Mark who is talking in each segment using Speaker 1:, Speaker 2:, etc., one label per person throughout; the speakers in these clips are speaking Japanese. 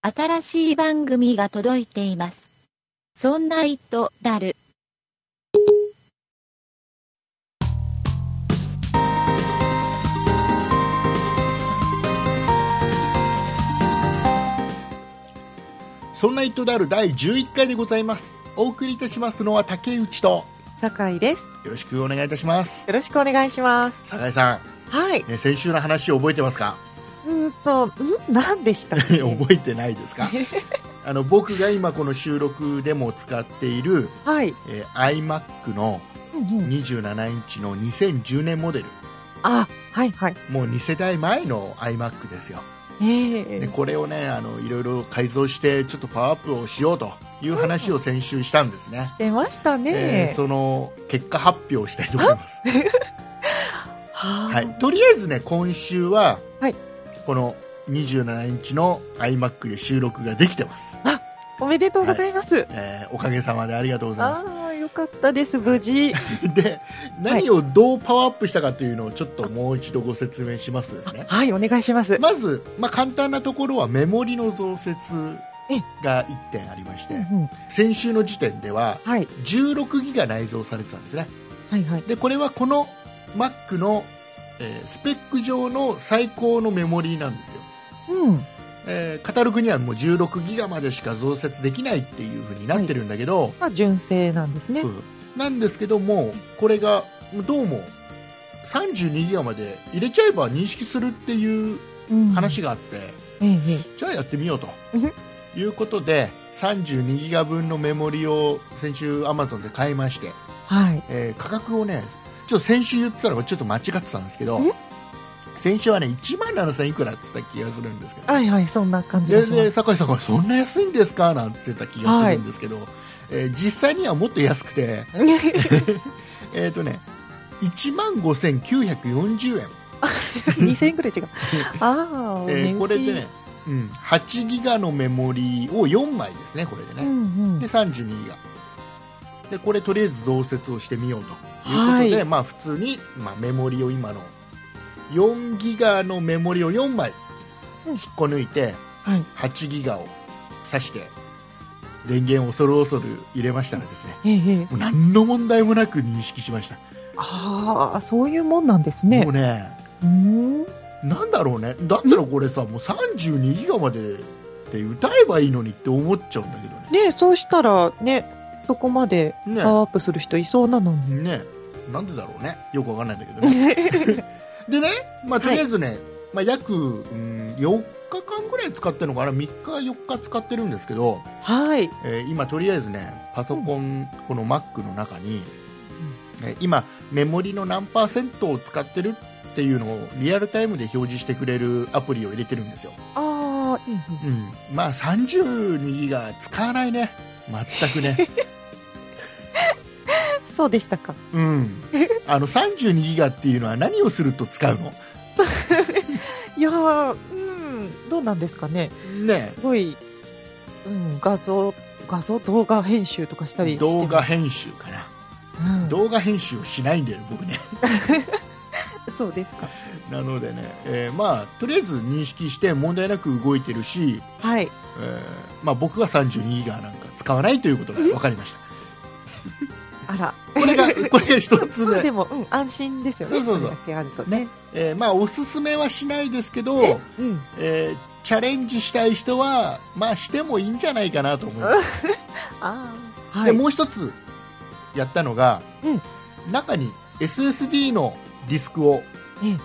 Speaker 1: 新しい番組が届いています。そんな糸だる。
Speaker 2: そんな糸である第11回でございます。お送りいたしますのは竹内と、
Speaker 3: 酒井です。
Speaker 2: よろしくお願いいたします。
Speaker 3: よろしくお願いします。
Speaker 2: 酒井さ
Speaker 3: はい
Speaker 2: ん、。ね、先週の話覚えてますか
Speaker 3: うーんと、ん何でしたっ け
Speaker 2: 覚えてない ですかあの僕が今この収録でも使っている、
Speaker 3: はい。
Speaker 2: えー iMac の
Speaker 3: うんうん
Speaker 2: 27インチの2010年モデル。
Speaker 3: あ、はいはい。
Speaker 2: もう2世代前の iMac ですよ。
Speaker 3: え
Speaker 2: で
Speaker 3: え
Speaker 2: これをね、あの、いろいろ改造して、ちょっとパワーアップをしようという話を先週したんですね。
Speaker 3: してました
Speaker 2: え
Speaker 3: ね
Speaker 2: ー。その結果発表をしたいと思います。
Speaker 3: は。
Speaker 2: はいい、とりあえずね今週は、
Speaker 3: はい
Speaker 2: この27インチの iMac で収録ができてます、
Speaker 3: おめでとうございます。
Speaker 2: えーおかげさまでありがとうございま
Speaker 3: ああ、よかったです。無事。
Speaker 2: すで何をどうパワーアップしたかというのをちょっともう一度ご説明しますとですね
Speaker 3: はい、お願いします。
Speaker 2: まず、まあ、簡単なところはメモリの増設が1点ありまし
Speaker 3: う
Speaker 2: て
Speaker 3: んうん
Speaker 2: 先週の時点では
Speaker 3: はい。
Speaker 2: 16ギガ内蔵されてたんですね
Speaker 3: はいはい。
Speaker 2: でこれはこの Mac の、えースペック上の最高のメモリなんですよ
Speaker 3: うん。
Speaker 2: えーカタログにはもう16ギガまでしか増設できないっていう風になってるんだけど、
Speaker 3: まあ、純正なんですね
Speaker 2: そ。うなんですけどもこれがどうも32ギガまで入れちゃえば認識するっていう
Speaker 3: うん
Speaker 2: 話。があって、
Speaker 3: ええ
Speaker 2: じゃあやってみようと
Speaker 3: うん
Speaker 2: いうことで32ギガ分のメモリを先週 Amazon で買いまして、
Speaker 3: はい。
Speaker 2: えー価格をねちょっと先週言ってたのがちょっと間違ってたんですけど
Speaker 3: え
Speaker 2: 先週はね1万7000いくらって言った気がするんですけど
Speaker 3: はいはい、そんな感じ
Speaker 2: で
Speaker 3: がしま。
Speaker 2: です酒井さんがそんな安いんですかなんて言ってた気がするんですけど、えー実際にはもっと安くて、 えーとね、1万5940円、
Speaker 3: 2000円く らい違う。ああ、お
Speaker 2: えー
Speaker 3: 値打ち
Speaker 2: これでね、うん、8ギガのメモリを4枚ですね、これで
Speaker 3: う
Speaker 2: ね、
Speaker 3: んうん
Speaker 2: で。32ギガで、これとりあえず増設をしてみようということで、
Speaker 3: はい
Speaker 2: まあ、普通に、まあ、メモリを今の4ギガのメモリを4枚
Speaker 3: うん
Speaker 2: 引っこ抜いて、
Speaker 3: はい。
Speaker 2: 8ギガを挿して電源を恐る恐る入れましたらですね
Speaker 3: ええええ
Speaker 2: もう何の問題もなく認識しました、
Speaker 3: ああ、そういうもんなんですね
Speaker 2: もう。ね
Speaker 3: うーん。
Speaker 2: なんだろうねだったらこれさもう32ギガまでって歌えばいいのにって思っちゃうんだけどね
Speaker 3: ねそうしたらね、そこまでパワーアップする人いそうな のに。
Speaker 2: ねなんでだろうねよくわかんないんだけどねでね、まあ、とりあえずね、まあ、約、うん、4日間ぐらい使ってるのかな3日4日使ってるんですけど、
Speaker 3: はい。
Speaker 2: えー今とりあえずねパソコン、この Mac の中に、えー今メモリの何パーセントを使ってるっていうのをリアルタイムで表示してくれるアプリを入れてるんですよ、
Speaker 3: ああ、いいね。
Speaker 2: うん、まあ32ギガ使わないね全く ね、
Speaker 3: そうでしたか。
Speaker 2: うん、あの32ギガっていうのは何をすると使うの
Speaker 3: いやー、うん、どうなんですかね。
Speaker 2: ね
Speaker 3: すごい、うん、画像、画像、動画編集とかしたりしても
Speaker 2: 動画、編集かな、
Speaker 3: うん
Speaker 2: 動画編集をしないんだよね僕ね
Speaker 3: そうですか。
Speaker 2: なのでね、えーまあとりあえず認識して問題なく動いてるし
Speaker 3: はい。
Speaker 2: えーまあ、僕が32ギガなんか使わないということが分かりました
Speaker 3: あら。
Speaker 2: こ れが これが一つ
Speaker 3: まあ
Speaker 2: 目
Speaker 3: で、も、うん、安心ですよね。
Speaker 2: そうそうそう
Speaker 3: れだけあるとね。
Speaker 2: えーまあ、おすすめはしないですけど、
Speaker 3: うん。
Speaker 2: えーチャレンジしたい人は、まあ、してもいいんじゃないかなと思います、
Speaker 3: ああ、は
Speaker 2: で
Speaker 3: い。
Speaker 2: もう一つやったのが、
Speaker 3: うん
Speaker 2: 中に SSD のディスクを
Speaker 3: ええ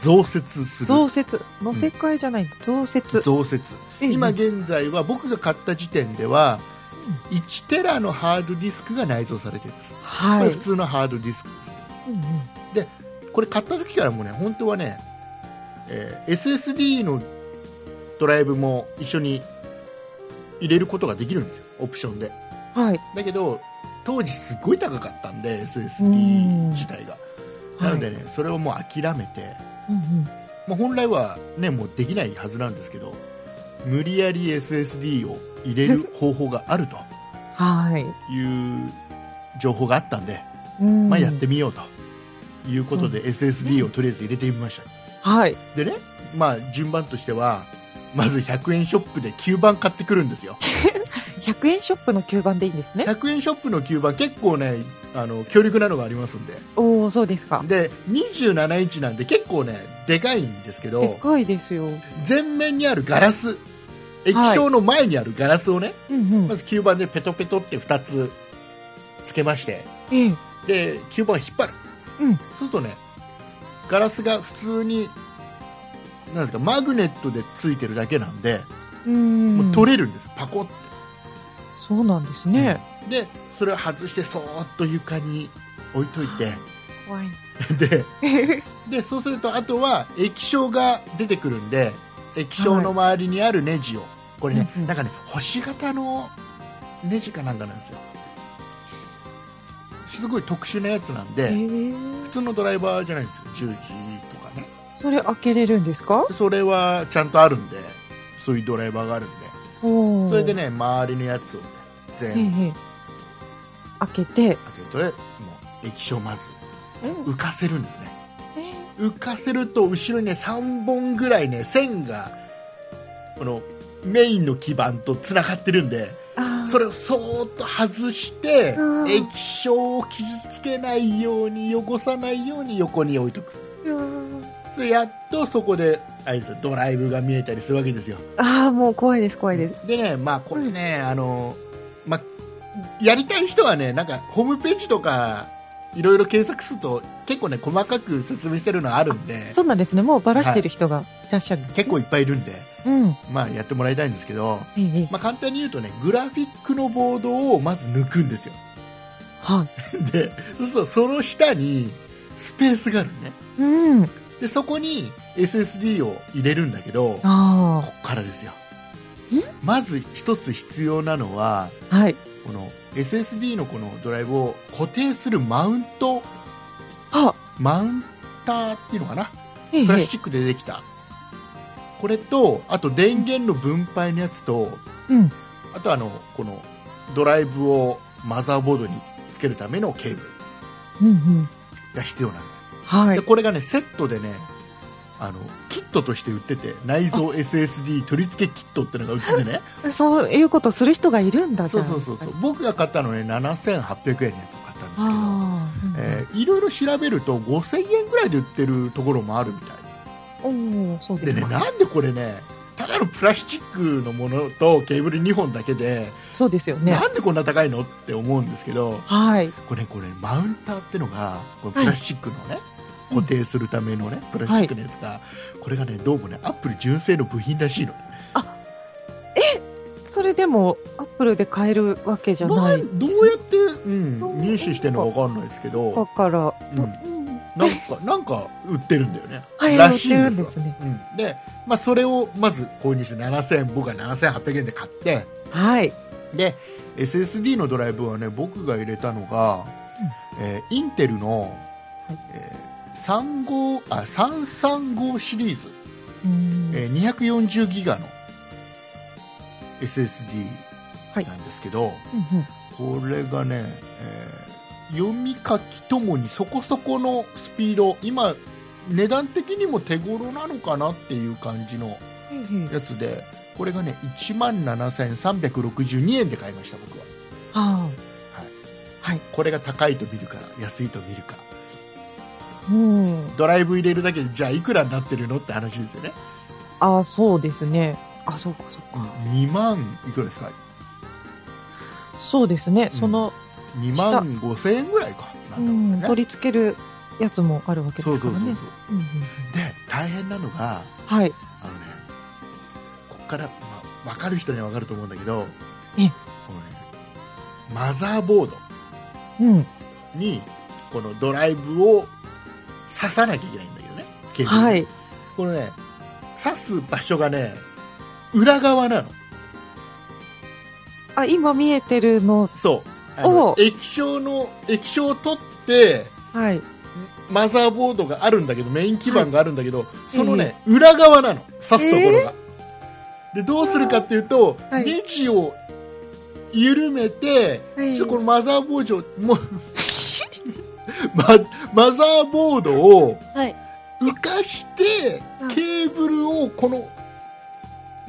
Speaker 2: 増設する
Speaker 3: 増設。のせ替えじゃないんだ。増設。
Speaker 2: 増設
Speaker 3: ええ
Speaker 2: 今現在は僕が買った時点では1テラのハードディスクが内蔵されてるんです、
Speaker 3: は
Speaker 2: こ
Speaker 3: い。
Speaker 2: れ普通のハードディスクです
Speaker 3: うんうん
Speaker 2: これ買った時からもうね本当はね、えー SSD のドライブも一緒に入れることができるんですよオプションで
Speaker 3: はい。
Speaker 2: だけど当時すごい高かったんで SSD
Speaker 3: うん
Speaker 2: 自体が
Speaker 3: はい
Speaker 2: なのでね、それをもう諦めて
Speaker 3: うんうん。
Speaker 2: もう本来はねもうできないはずなんですけど無理やり SSD を入れる方法があると
Speaker 3: はい。
Speaker 2: いう情報があったんで、
Speaker 3: うん
Speaker 2: まあ、やってみようということで
Speaker 3: そうですね
Speaker 2: SSD をとりあえず入れてみました
Speaker 3: はい。
Speaker 2: でね、まあ、順番としてはまず100円ショップで吸盤買ってくるんですよ
Speaker 3: 100円ショップの吸盤でいいんですね。
Speaker 2: 100円ショップの吸盤結構ねあの強力なのがありますんで
Speaker 3: おお、そうですか。
Speaker 2: で27インチなんで結構ねでかいんですけ
Speaker 3: でっ
Speaker 2: ど
Speaker 3: かいですよ。
Speaker 2: 前面にあるガラス液晶の前にあるガラスをね、
Speaker 3: うんうん
Speaker 2: ま。ず吸盤でペトペトって2つつけまして
Speaker 3: ええ。
Speaker 2: で吸盤を引っ張る、
Speaker 3: うん
Speaker 2: そうするとねガラスが普通になんですかマグネットでついてるだけなんで、
Speaker 3: うーん。
Speaker 2: もう取れるんですパコッて
Speaker 3: そうなんですね。
Speaker 2: でそれを外してそーっと床に置いといて
Speaker 3: 怖い。
Speaker 2: ででそうするとあとは液晶が出てくるんで液晶の周りにあるネジを、これね、
Speaker 3: うんうん
Speaker 2: なんかね星型のネジかなんかなんですよすごい特殊なやつなんで、
Speaker 3: ええ。
Speaker 2: 普通のドライバーじゃないんですよ10時とかね
Speaker 3: それ開けれるんですか
Speaker 2: それはちゃんとあるんでそういうドライバーがあるんで
Speaker 3: おお。
Speaker 2: それで。ね周りのやつをね全
Speaker 3: え
Speaker 2: 部
Speaker 3: え。開け
Speaker 2: 開
Speaker 3: て。
Speaker 2: けて、もう液晶まず
Speaker 3: うん。
Speaker 2: 浮かせるんですね浮かせると後ろにね3本ぐらいね線がこのメインの基板とつながってるんで
Speaker 3: ああ。
Speaker 2: それをそーっと外して
Speaker 3: うん
Speaker 2: 液晶を傷つけないように汚さないように横に置いとく
Speaker 3: うわー
Speaker 2: それやっとそこであれですよドライブが見えたりするわけですよ
Speaker 3: ああ、もう怖いです、怖いです。
Speaker 2: でねまあこれねあの、まあ、やりたい人はねなんかホームページとかいろいろ検索すると結構ね細かく説明してるのあるんで
Speaker 3: そうなんですね。もうバラしてる人がいらっしゃるんですね
Speaker 2: 結構いっぱいいるんで、
Speaker 3: うん。
Speaker 2: まあ、やってもらいたいんですけど、
Speaker 3: ええ。
Speaker 2: まあ、簡単に言うとねグラフィックのボードをまず抜くんですよ
Speaker 3: は
Speaker 2: でそうするとその下にスペースがあるのね
Speaker 3: い。うん。
Speaker 2: でそこに SSD を入れるんだけどこ
Speaker 3: あ
Speaker 2: っからですよまず一つ必要なのは
Speaker 3: あ。はい。
Speaker 2: この SSD のこのドライブを固定するマウント
Speaker 3: は
Speaker 2: マウンターっていうのかな
Speaker 3: え
Speaker 2: プラス
Speaker 3: え。
Speaker 2: チックでできたこれとあと電源の分配のやつと
Speaker 3: うん。
Speaker 2: あとはあのこのドライブをマザーボードにつけるためのケーブル
Speaker 3: うんうん。
Speaker 2: が必要なんです、
Speaker 3: はい
Speaker 2: で。これがねセットでねあのキットとして売ってて内蔵 SSD 取り付けキットってのが売っててね
Speaker 3: そういうことする人がいるんだじ
Speaker 2: そ
Speaker 3: ゃ
Speaker 2: うんそうそうそう僕が買ったのね7800円のやつを買ったんですけど、
Speaker 3: ああ、
Speaker 2: えーいろいろ調べると5000円ぐらいで売ってるところもあるみたい
Speaker 3: おおそうで
Speaker 2: ですね
Speaker 3: か、
Speaker 2: なんでこれねただのプラスチックのものとケーブル2本だけで、
Speaker 3: そうですよね
Speaker 2: なんでこんな高いのって思うんですけど
Speaker 3: はい
Speaker 2: これねこれねマウンターってのがこれプラスチックのね、固定するためのねプラスチックのやつが、これがねどうもねアップル純正の部品らしいの
Speaker 3: それでもアップルで買えるわけじゃない
Speaker 2: なんどうやって、うん
Speaker 3: どう
Speaker 2: 入手してるのか分かんないですけど
Speaker 3: だから、
Speaker 2: うん
Speaker 3: どうん
Speaker 2: なんかなんか売ってるんだよね、
Speaker 3: はい
Speaker 2: らしいん
Speaker 3: 売って
Speaker 2: です
Speaker 3: るん
Speaker 2: よ
Speaker 3: ですね
Speaker 2: うん、で、まあ、それをまず購入して7000僕は7800円で買って
Speaker 3: はい
Speaker 2: で SSD のドライブはね僕が入れたのが、えーインテルの、
Speaker 3: はい
Speaker 2: えー35あ335シリーズ、
Speaker 3: うん
Speaker 2: えー240ギガの SSD
Speaker 3: はい
Speaker 2: なんですけど、
Speaker 3: うんうん
Speaker 2: これがね、えー読み書きともにそこそこのスピード今値段的にも手頃なのかなっていう感じの
Speaker 3: うんうん
Speaker 2: やつでこれがね1万7362円で買いました僕は
Speaker 3: は
Speaker 2: これが高いと見るか安いと見るか
Speaker 3: あうん
Speaker 2: ドライブ入れるだけでじゃあいくらになってるのって話ですよね
Speaker 3: ああそうですねあそうかそうか
Speaker 2: 2万いくらですか
Speaker 3: そうですねその、
Speaker 2: 2万5000円ぐらいかな
Speaker 3: う
Speaker 2: だろう
Speaker 3: ん
Speaker 2: ね
Speaker 3: ん、取り付けるやつもあるわけで
Speaker 2: そう
Speaker 3: す
Speaker 2: そ
Speaker 3: か
Speaker 2: うそ
Speaker 3: ら
Speaker 2: うそう
Speaker 3: ねうんうんうん
Speaker 2: で大変なのが
Speaker 3: はい
Speaker 2: あのね、こっから、まあ、分かる人には分かると思うんだけど、
Speaker 3: ええ
Speaker 2: このね、マザーボード
Speaker 3: うん
Speaker 2: にこのドライブを刺さなきゃいけないんだけどね、ケーブルに
Speaker 3: はい
Speaker 2: このね、刺す場所がね、裏側なの。
Speaker 3: あ今見えてるの
Speaker 2: そう。あの
Speaker 3: おう
Speaker 2: 液晶の、液晶を取って、
Speaker 3: はい
Speaker 2: マザーボードがあるんだけど、メイン基板があるんだけど、そのね、裏側なの、刺すところが。で、どうするかっていうと、
Speaker 3: はい
Speaker 2: ネジを緩めて、
Speaker 3: はい
Speaker 2: ちょっとこのマザーボードを、もう ま、マザーボードを
Speaker 3: はい
Speaker 2: 浮かして、
Speaker 3: はい
Speaker 2: ケーブルをこの、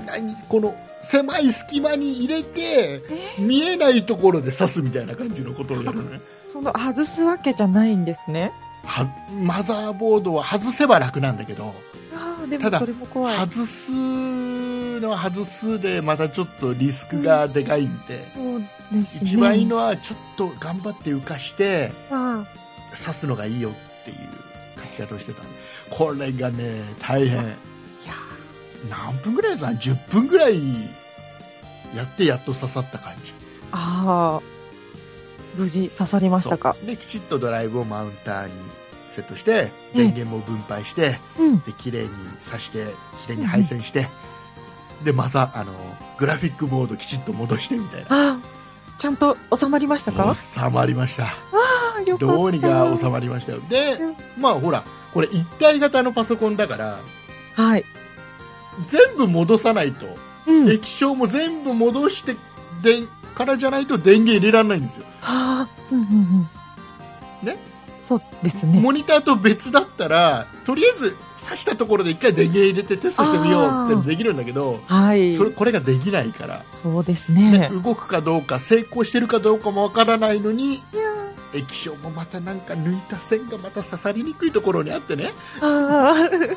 Speaker 2: 間にこの狭い隙間に入れて見えないところで刺すみたいな感じのことをやるのね
Speaker 3: その外すわけじゃないんですね。
Speaker 2: はマザーボードは外せば楽なんだけど
Speaker 3: ああ、で
Speaker 2: た
Speaker 3: も
Speaker 2: だ
Speaker 3: それも怖い。
Speaker 2: 外すのは外すでまたちょっとリスクがでかいんで、
Speaker 3: そうですね。
Speaker 2: 一番いいのはちょっと頑張って浮かして
Speaker 3: あ
Speaker 2: 刺すのがいいよっていう書き方をしてたんでこれがね大変
Speaker 3: ーいや
Speaker 2: 何分ぐらいやつ10分ぐらいやってやっと刺さった感じ
Speaker 3: ーあー、無事刺さりましたか。
Speaker 2: そうできちっとドライブをマウンターにセットして電源も分配して
Speaker 3: うん。
Speaker 2: で綺麗に刺して綺麗に配線して、でまたあのグラフィックモードきちっと戻してみたいな
Speaker 3: ああ、ちゃんと収まりましたか
Speaker 2: 収まりました
Speaker 3: ああ、よかった。
Speaker 2: どうにか収
Speaker 3: ま
Speaker 2: まりましたよで
Speaker 3: うん
Speaker 2: まあほらこれ一体型のパソコンだから
Speaker 3: はい。
Speaker 2: 全部戻さないと
Speaker 3: うん。
Speaker 2: 液晶も全部戻してでからじゃないと電源入れられないんですよ
Speaker 3: ああ、うんうんうん。
Speaker 2: ね
Speaker 3: そうですね。
Speaker 2: モニターと別だったらとりあえず刺したところで一回電源入れてテストしてみようってできるんだけど
Speaker 3: はい。
Speaker 2: それこれができないから、
Speaker 3: そうですね。
Speaker 2: 動くかどうか成功してるかどうかもわからないのに
Speaker 3: いや
Speaker 2: 液晶もまたなんか抜いた線がまた刺さりにくいところにあってね
Speaker 3: ーあー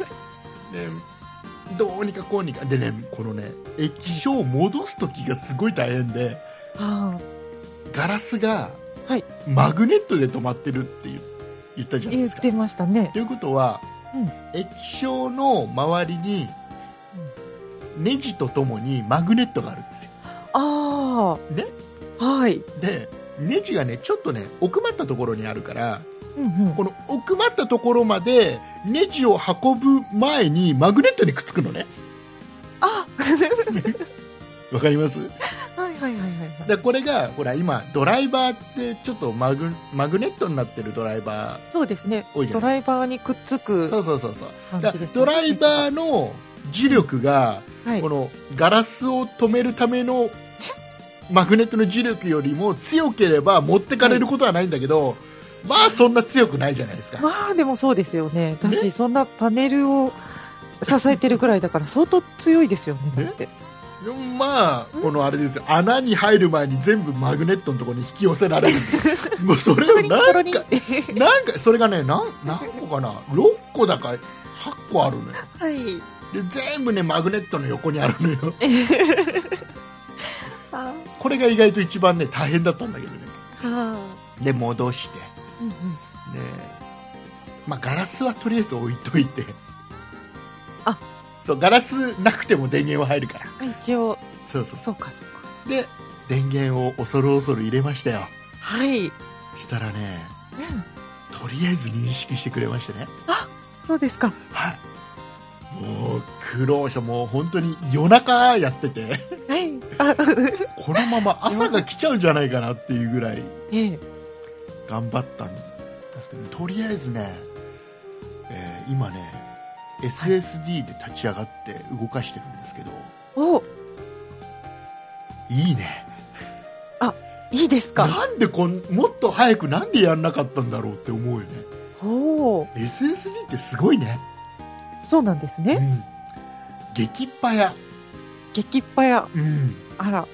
Speaker 2: でどうにかこうにかでねこのね液晶を戻す時がすごい大変で
Speaker 3: あー。
Speaker 2: ガラスが
Speaker 3: はい
Speaker 2: マグネットで止まってるって言う言ったじゃない
Speaker 3: 言
Speaker 2: で
Speaker 3: っ
Speaker 2: すか。
Speaker 3: てましたね。
Speaker 2: ということは、
Speaker 3: うん
Speaker 2: 液晶の周りにネジとともにマグネットがあるんですよ
Speaker 3: ああ。
Speaker 2: ね
Speaker 3: はい。
Speaker 2: でネジがねちょっとね奥まったところにあるから
Speaker 3: うんうん。
Speaker 2: この奥まったところまでネジを運ぶ前にマグネットにくっつくのね
Speaker 3: あ
Speaker 2: わかります
Speaker 3: はいはいはいはいはい。
Speaker 2: でこれがほら今ドライバーってちょっとマグマグネットになってるドライバ
Speaker 3: そうですね
Speaker 2: 多い。じゃ
Speaker 3: ド
Speaker 2: な
Speaker 3: ライバーにくっつ
Speaker 2: ーそ
Speaker 3: く
Speaker 2: うそうそうそう
Speaker 3: 感
Speaker 2: だ
Speaker 3: じ
Speaker 2: か
Speaker 3: で
Speaker 2: ら
Speaker 3: す
Speaker 2: ド
Speaker 3: ね。
Speaker 2: ライバーの磁力が
Speaker 3: はい
Speaker 2: こ。のガラスを止めるためのマグネットの磁力よりも強ければ持ってかれることはないんだけど、まあそんな強くないじゃないですか、
Speaker 3: まあでもそうですよね。私そんなパネルを支えてるくらいだから相当強いですよね。だって。
Speaker 2: でもまあこのあれですよ穴に入る前に全部マグネットのところに引き寄せら れるんですもうそれを
Speaker 3: コロ
Speaker 2: 何
Speaker 3: リン
Speaker 2: か
Speaker 3: コロリン
Speaker 2: なんかそれがねなん何個かな6個だか8個あるのよ
Speaker 3: はい。
Speaker 2: で全部ねマグネットの横にあるのよ
Speaker 3: あ
Speaker 2: これが意外と一番ね大変だったんだけどね
Speaker 3: あ。
Speaker 2: で戻して
Speaker 3: うんうん。
Speaker 2: ねまあ、ガラスはとりあえず置いといて
Speaker 3: あ
Speaker 2: そうガラスなくても電源は入るから
Speaker 3: あ一応
Speaker 2: そうそうそ
Speaker 3: そうかそうか。
Speaker 2: うで電源を恐る恐る入れましたよ
Speaker 3: はい。
Speaker 2: したらねとりあえず認識してくれましてね
Speaker 3: そうですか。
Speaker 2: はいもう苦労したもう本当に夜中やってて
Speaker 3: はい。あ
Speaker 2: このまま朝が来ちゃうんじゃないかなっていうぐらい
Speaker 3: ええ。
Speaker 2: 頑張ったんですけど、とりあえずね、えー今ね SSD で立ち上がって動かしてるんですけど、
Speaker 3: お
Speaker 2: いいね
Speaker 3: いいですか。
Speaker 2: なんでこんもっと早くなんでやんなかったんだろうって思うよね
Speaker 3: おお。
Speaker 2: SSD ってすごいね
Speaker 3: そうなんですね。
Speaker 2: うん、激っ早
Speaker 3: 激っぱや。
Speaker 2: うん
Speaker 3: あら。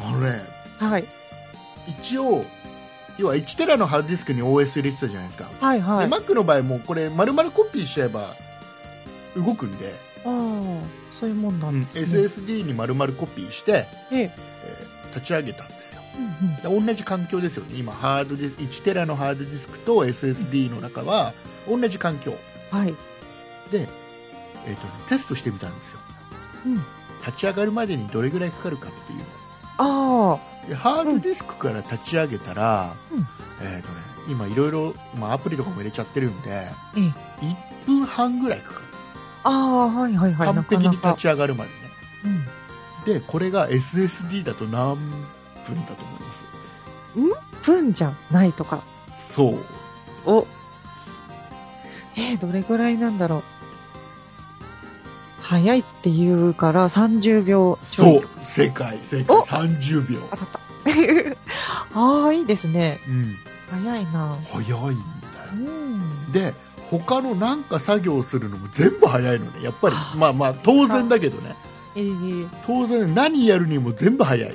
Speaker 2: あのね
Speaker 3: はい。
Speaker 2: 一応要は1テラのハードディスクに OS 入れてたじゃないですか、
Speaker 3: はいはい。
Speaker 2: で Mac の場合もうこれ丸々コピーしちゃえば動くんで、
Speaker 3: ああ、そういうもんな
Speaker 2: うん
Speaker 3: んですね。
Speaker 2: SSD に丸々コピーして、
Speaker 3: ええ
Speaker 2: えー立ち上げたんですよ
Speaker 3: うんうん
Speaker 2: で同じ環境ですよね今ハードディス1テラのハードディスクと SSD の中は同じ環境
Speaker 3: はい。
Speaker 2: で、えーとねテストしてみたんですよ
Speaker 3: うん。
Speaker 2: 立ち上がるまでにどれぐらいかかるかっていうの
Speaker 3: あ
Speaker 2: でハードディスクから立ち上げたら、
Speaker 3: うん
Speaker 2: えーとね、今いろいろ、まあ、アプリとかも入れちゃってるんで、
Speaker 3: ええ
Speaker 2: 1分半ぐらいかかる
Speaker 3: あ、ああ、はいはいはい。
Speaker 2: 完
Speaker 3: なか
Speaker 2: 璧に
Speaker 3: な
Speaker 2: 立
Speaker 3: か
Speaker 2: ち。上がるまでね
Speaker 3: うん。
Speaker 2: でこれが SSD だと何分だと思います
Speaker 3: 分じゃないとか。
Speaker 2: そう
Speaker 3: お。えー、どれぐらいなんだろう。早いって言うから30秒ちょい。
Speaker 2: そう正解正解
Speaker 3: お
Speaker 2: 30秒
Speaker 3: 当たった。 ああ、いいですね。
Speaker 2: うん
Speaker 3: 早いな。
Speaker 2: 早いんだよ
Speaker 3: うん。
Speaker 2: で他のなんか作業するのも全部早いのねやっぱり
Speaker 3: あー
Speaker 2: まあまあ
Speaker 3: そうです
Speaker 2: 当
Speaker 3: か
Speaker 2: 然だけどね
Speaker 3: ええ
Speaker 2: 当然何やるにも全部早い、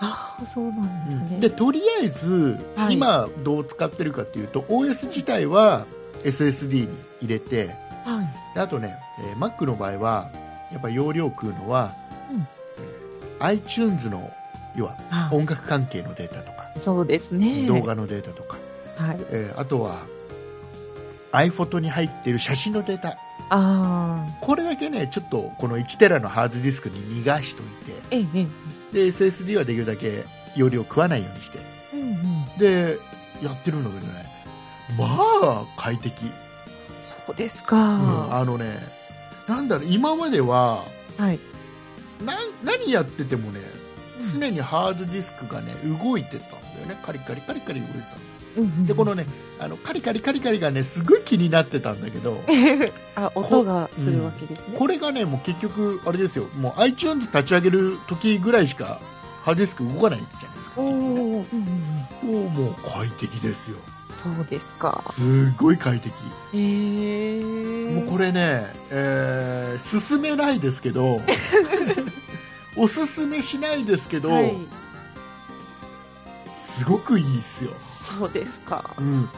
Speaker 3: ああ、そうなんですね。
Speaker 2: でとりあえず、
Speaker 3: はい
Speaker 2: 今どう使ってるかっていうと OS 自体は SSD に入れて
Speaker 3: はい。
Speaker 2: であとね、えー Mac の場合はやっぱ容量食うのは、
Speaker 3: うん
Speaker 2: えー iTunes の要は
Speaker 3: あ
Speaker 2: 音楽関係のデータとか、
Speaker 3: そうですね。
Speaker 2: 動。画のデータとか、
Speaker 3: はい。
Speaker 2: えーあとは iPhoto に入ってる写真のデータ
Speaker 3: ああ。
Speaker 2: これだけねちょっとこの1テラのハードディスクに逃がしといて
Speaker 3: ええええ。
Speaker 2: で SSD はできるだけ容量食わないようにして
Speaker 3: うんうん。
Speaker 2: でやってるんだけどねまあ快適、
Speaker 3: そうです
Speaker 2: うん
Speaker 3: か。
Speaker 2: あのねなんだろう今までは
Speaker 3: はい。
Speaker 2: な何やっててもね常にハードディスクがね動いてたんだよねカリカリカリカリ動いてた
Speaker 3: うんうん
Speaker 2: で このねあのカリカリカリカリがねすごい気になってたんだけど
Speaker 3: あ、音がするわけですね。
Speaker 2: これがねもう結局あれですよもう iTunes 立ち上げる時ぐらいしかハードディスク動かないじゃないですか
Speaker 3: おお
Speaker 2: も
Speaker 3: ー。うんうんうん
Speaker 2: うもう快適ですよ
Speaker 3: そうですか。
Speaker 2: すごい快適
Speaker 3: ええ。
Speaker 2: もうこれね、えー、勧めないですけ どおすすめしないですけど、
Speaker 3: はい。
Speaker 2: すごくいいっすよ、
Speaker 3: そうですか
Speaker 2: う。ん、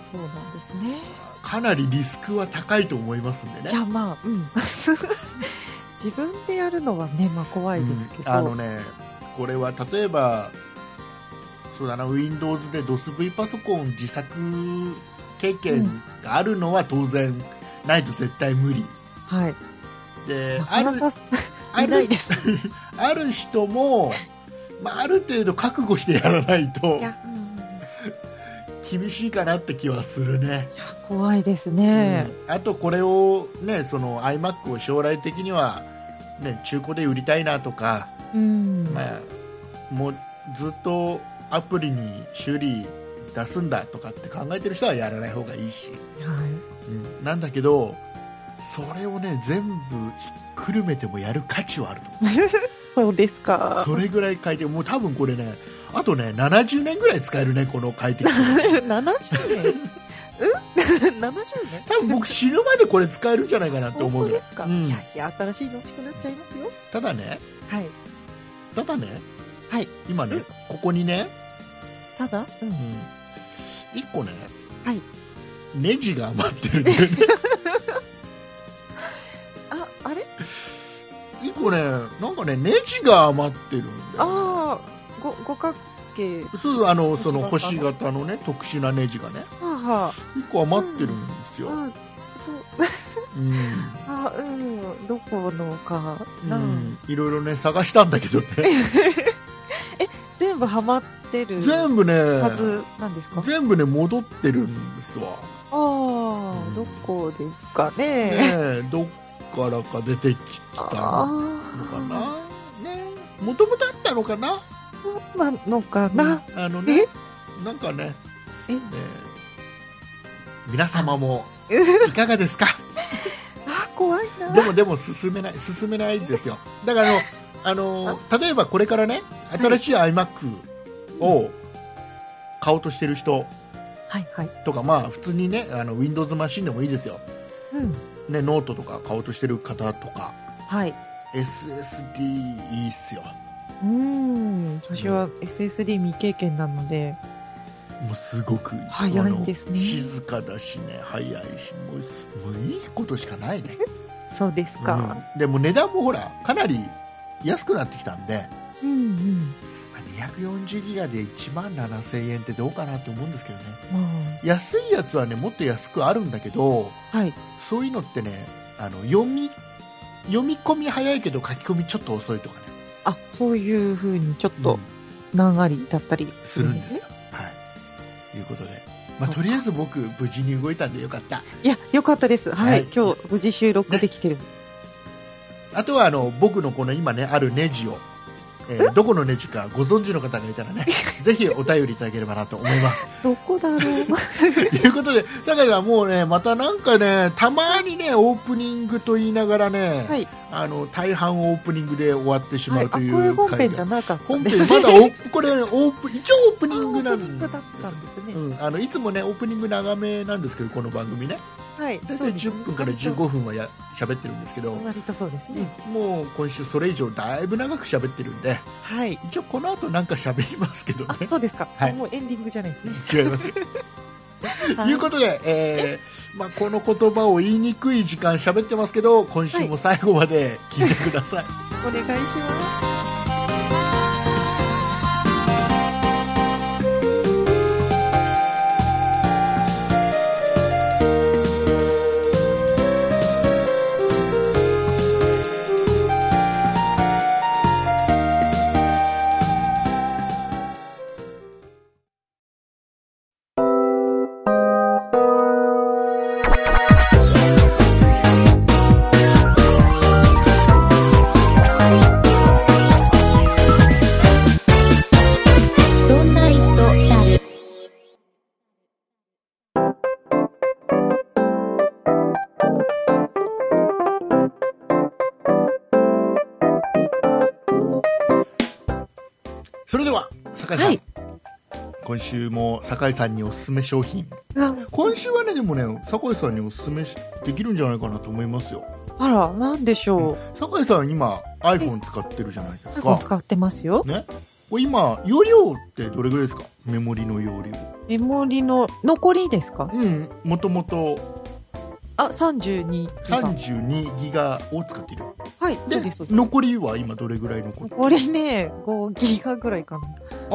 Speaker 3: そうなんですね。
Speaker 2: かなりリスクは高いと思いますんでね
Speaker 3: いやまあ、うん。 自分でやるのはね、まあ怖いですけど。
Speaker 2: うんあのねこれは例えばそうだな Windows で DOSV パソコン自作経験があるのは当然ないと絶対無理
Speaker 3: はい。
Speaker 2: で
Speaker 3: な
Speaker 2: あ
Speaker 3: かな
Speaker 2: る
Speaker 3: か
Speaker 2: あ
Speaker 3: いな
Speaker 2: る
Speaker 3: いです。
Speaker 2: ある人も、まあ、ある程度覚悟してやらないと
Speaker 3: いや、うんい
Speaker 2: 厳しいかなって気はするね、
Speaker 3: や怖いですね。
Speaker 2: うんあとこれを、ね、その iMac を将来的には、ね、中古で売りたいなとか、
Speaker 3: うん。
Speaker 2: まあ、もうずっとアプリに修理出すんだとかって考えてる人はやらない方がいいし、
Speaker 3: はい。
Speaker 2: うん、なんだけどそれをね全部ひっくるめてもやる価値はあると思
Speaker 3: そうです
Speaker 2: う
Speaker 3: か。
Speaker 2: それぐらい快適もう多分これねあとね70年ぐらい使えるねこの快 適
Speaker 3: 70年うん ?70 年
Speaker 2: 多分僕死ぬまでこれ使えるんじゃないかなって
Speaker 3: 本
Speaker 2: 思
Speaker 3: 当
Speaker 2: うよ
Speaker 3: ですか、
Speaker 2: うん
Speaker 3: いやいや、新しいの欲しくなっちゃいますよ。
Speaker 2: ただね
Speaker 3: はい。
Speaker 2: ただね
Speaker 3: はい。
Speaker 2: 今ね
Speaker 3: うん
Speaker 2: ここにね、
Speaker 3: ただ、うん
Speaker 2: うん、1個ね、
Speaker 3: はい
Speaker 2: ネジが余ってるんだよね
Speaker 3: あ、あれ
Speaker 2: 一個ねなんかねネジが余ってるんだよ、ね、
Speaker 3: ああ、ご、五角形。は
Speaker 2: そうあの
Speaker 3: 星
Speaker 2: その
Speaker 3: 星
Speaker 2: 星
Speaker 3: 型
Speaker 2: 型のね特殊なネジがね
Speaker 3: あ、は
Speaker 2: 一個余ってるんですよ、
Speaker 3: あ、あそう、
Speaker 2: うん
Speaker 3: あうん、どこのか
Speaker 2: うん
Speaker 3: な。
Speaker 2: いろいろね探したんだけどね
Speaker 3: 全部ハマってる
Speaker 2: 全部ね
Speaker 3: はずなんですか、
Speaker 2: 全部ね戻ってるんですわ、
Speaker 3: ああ、どこですかね。
Speaker 2: ねえ、どっからか出てきたのか
Speaker 3: あ
Speaker 2: なねもともとあったのかな
Speaker 3: あ、そうなのかな。
Speaker 2: あのねなんかね
Speaker 3: え
Speaker 2: ね皆様も いかがですか
Speaker 3: あ、怖いな。
Speaker 2: でもでも進めない進めないですよだからあのあの例えばこれからね新しい iMac を買おうとしてる人
Speaker 3: はいはい。
Speaker 2: とかまあ普通にねあの Windows マシンでもいいですよ、
Speaker 3: うん。
Speaker 2: ね、ノートとか買おうとしてる方とか
Speaker 3: はい。
Speaker 2: SSD いいっすよ
Speaker 3: うーん私は SSD 未経験なので、
Speaker 2: もうすごく
Speaker 3: 早いんですね
Speaker 2: あの静かだしね早いしもうすもういいことしかないね、
Speaker 3: そうですか、
Speaker 2: うんでも値段もほらかなり安くなってきたんで、
Speaker 3: うん、うん
Speaker 2: 240ギガで1万7000円ってどうかなって思うんですけどね
Speaker 3: ま
Speaker 2: 安いやつはねもっと安くあるんだけど
Speaker 3: あはい
Speaker 2: そういうのってねあの読み読み込み早いけど書き込みちょっと遅いとかね
Speaker 3: あそういうふうにちょっと
Speaker 2: うん
Speaker 3: 何ありだったり
Speaker 2: す
Speaker 3: す
Speaker 2: る
Speaker 3: る
Speaker 2: ん
Speaker 3: ん
Speaker 2: で
Speaker 3: ですす
Speaker 2: よ
Speaker 3: ね
Speaker 2: はいということで、まあ、
Speaker 3: そうか
Speaker 2: とりあえず僕無事に動いたんでよかった
Speaker 3: いやよかったですはい、
Speaker 2: はい
Speaker 3: 今日無事収録できてる、
Speaker 2: あとはあの僕のこの今ねあるネジを、えーどこのネジかご存知の方がいたら ねぜひお便りいただければなと思います
Speaker 3: どこだろう
Speaker 2: ということで、酒井さん、もうね、またなんかね、たまにね、オープニングと言いながらね、
Speaker 3: はい、
Speaker 2: あの大半オープニングで終わってしま
Speaker 3: はい、
Speaker 2: う
Speaker 3: あこと
Speaker 2: い
Speaker 3: れ
Speaker 2: う、
Speaker 3: 本編じゃ
Speaker 2: ない
Speaker 3: なかったん
Speaker 2: 本
Speaker 3: で
Speaker 2: 編
Speaker 3: す
Speaker 2: まだ
Speaker 3: ね
Speaker 2: オープこれ、ね、オープ一応オープニングな
Speaker 3: あオープニン
Speaker 2: ん
Speaker 3: グ
Speaker 2: で
Speaker 3: だったんです
Speaker 2: す
Speaker 3: ね、
Speaker 2: うん、あのいつもねオープニング長めなんですけどこの番組ね
Speaker 3: はい。
Speaker 2: 大
Speaker 3: そう
Speaker 2: 体
Speaker 3: ですね
Speaker 2: 10分から15分はや喋ってるんですけど、
Speaker 3: 割と割とそうですね。
Speaker 2: もう今週それ以上だいぶ長く喋ってるんで
Speaker 3: はい。
Speaker 2: 一応この後なんか喋りますけど
Speaker 3: あ、
Speaker 2: ね
Speaker 3: そうですか。
Speaker 2: はい
Speaker 3: もうエンディングじゃないですね。
Speaker 2: 違いますと
Speaker 3: はい
Speaker 2: いうことで、えーまあ、この言葉を言いにくい時間喋ってますけど今週も最後まで聞いてくだ さい、
Speaker 3: お願いしま
Speaker 1: そんな糸だる。
Speaker 2: それでは酒井さん、
Speaker 3: はい
Speaker 2: 今週も酒井さんにおすすめ商品
Speaker 3: す。あ
Speaker 2: 今週はねでもね酒井さんにおすすめしできるんじゃないかなと思いますよ
Speaker 3: あら、なんでしょ
Speaker 2: 酒井さん今 iPhone 使ってるじゃないで
Speaker 3: う。
Speaker 2: す
Speaker 3: なんか
Speaker 2: か
Speaker 3: 使ってますよ。
Speaker 2: ねこれ今容量ってどれぐらいですかメモリの容量
Speaker 3: メモリの残りですか
Speaker 2: うんもともと
Speaker 3: あ、32ギガ。
Speaker 2: 32ギガを使っている
Speaker 3: はい、そうです、そうです。
Speaker 2: 残りは今どれぐらい残って
Speaker 3: これね、5ギガぐらいかな。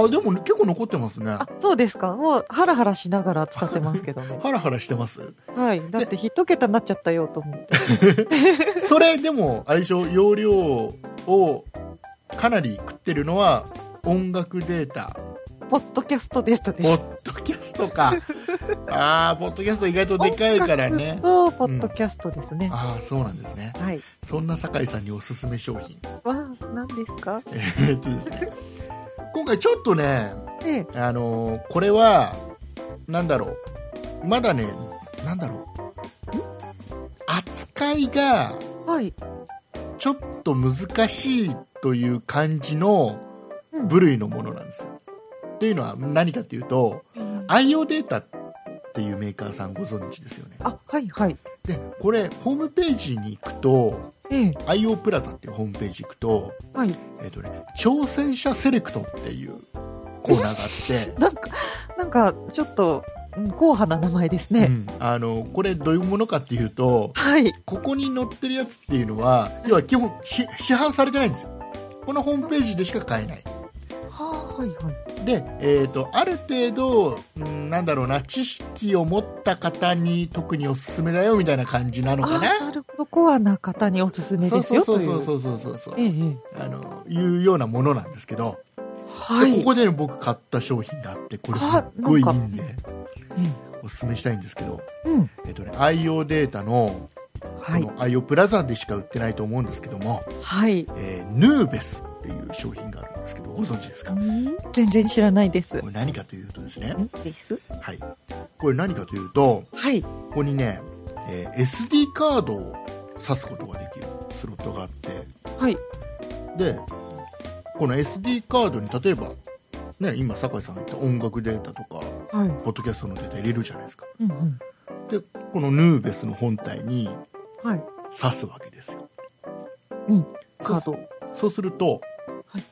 Speaker 2: あでもね結構残ってますね
Speaker 3: あ、そうですか。もう、ハラハラしながら使ってますけどね
Speaker 2: 。ハラハラしてます
Speaker 3: はい。だって、一桁になっちゃったよと思って。
Speaker 2: それでもあれでしょ容量をかなり食ってるのは音楽データ
Speaker 3: ポッドキャストデータで
Speaker 2: ポ
Speaker 3: す。
Speaker 2: ッドキャストかあーポッドキャスト意外とでかいからね
Speaker 3: そう、ポッドキャストですね。
Speaker 2: ああそうなんですね
Speaker 3: はい。
Speaker 2: そんな酒井さんにおすすめ商品
Speaker 3: わあ、何ですか
Speaker 2: えーっとですね今回ちょっとね
Speaker 3: ね
Speaker 2: あのーこれはなんだろうまだねなんだろうん扱いが
Speaker 3: はい。
Speaker 2: ちょっと難しいという感じの
Speaker 3: うん
Speaker 2: 部類のものなんですよ。というのは何かというと
Speaker 3: うんあ、
Speaker 2: IO データっていうメーカーさんご存知ですよね。
Speaker 3: はい、はい。
Speaker 2: でこれホームページに行くと
Speaker 3: ええ、
Speaker 2: IO プラザっていうホームページ行くと,、
Speaker 3: はい。
Speaker 2: えっとね、挑戦者セレクトっていうコーナーがあって。
Speaker 3: なんか、なんか、ちょっと、うん硬派な名前です
Speaker 2: う
Speaker 3: ね。
Speaker 2: んあのこれどういうものかっていうと
Speaker 3: はい。
Speaker 2: ここに載ってるやつっていうのは要は基本し市販されてないんですよこのホームページでしか買えない
Speaker 3: はあ、はい、はい。
Speaker 2: で、えー、とある程度、うんなんだろうな知識を持った方に特におすすめだよみたいな感じなの
Speaker 3: あ
Speaker 2: かな
Speaker 3: ーなるほど。コアな方におすすめ
Speaker 2: そ
Speaker 3: で
Speaker 2: う
Speaker 3: す
Speaker 2: そう
Speaker 3: よ、
Speaker 2: そ
Speaker 3: と
Speaker 2: う
Speaker 3: いう。
Speaker 2: そうそうそうそうそう
Speaker 3: ええええ、
Speaker 2: あのいうようなものなんですけど、
Speaker 3: は
Speaker 2: でこ
Speaker 3: い。
Speaker 2: こで、ね、僕買った商品があってこれすっ
Speaker 3: あ
Speaker 2: ごいいい
Speaker 3: なんか
Speaker 2: んでおすすめしたいんですけど、
Speaker 3: ええうん。
Speaker 2: えーとね、IO データのこ
Speaker 3: はい。
Speaker 2: の IO プラザでしか売ってないと思うんですけども、
Speaker 3: はい。
Speaker 2: えーヌーベスっていう商品があるんですけどご存知ですか
Speaker 3: 全然知らないです。
Speaker 2: これ何かというとですね、
Speaker 3: んです
Speaker 2: はい、これ何かというと
Speaker 3: はい。
Speaker 2: ここにね、えー SD カードを挿すことができるスロットがあって
Speaker 3: はい。
Speaker 2: でこの SD カードに例えば、ね、今酒井さんが言った音楽データとか
Speaker 3: はい。
Speaker 2: ポッドキャストのデータ入れるじゃないですか
Speaker 3: うんうん。
Speaker 2: でこのヌーベスの本体に
Speaker 3: はい。
Speaker 2: 挿すわけですよ
Speaker 3: うん。カード。
Speaker 2: そうすると、
Speaker 3: はい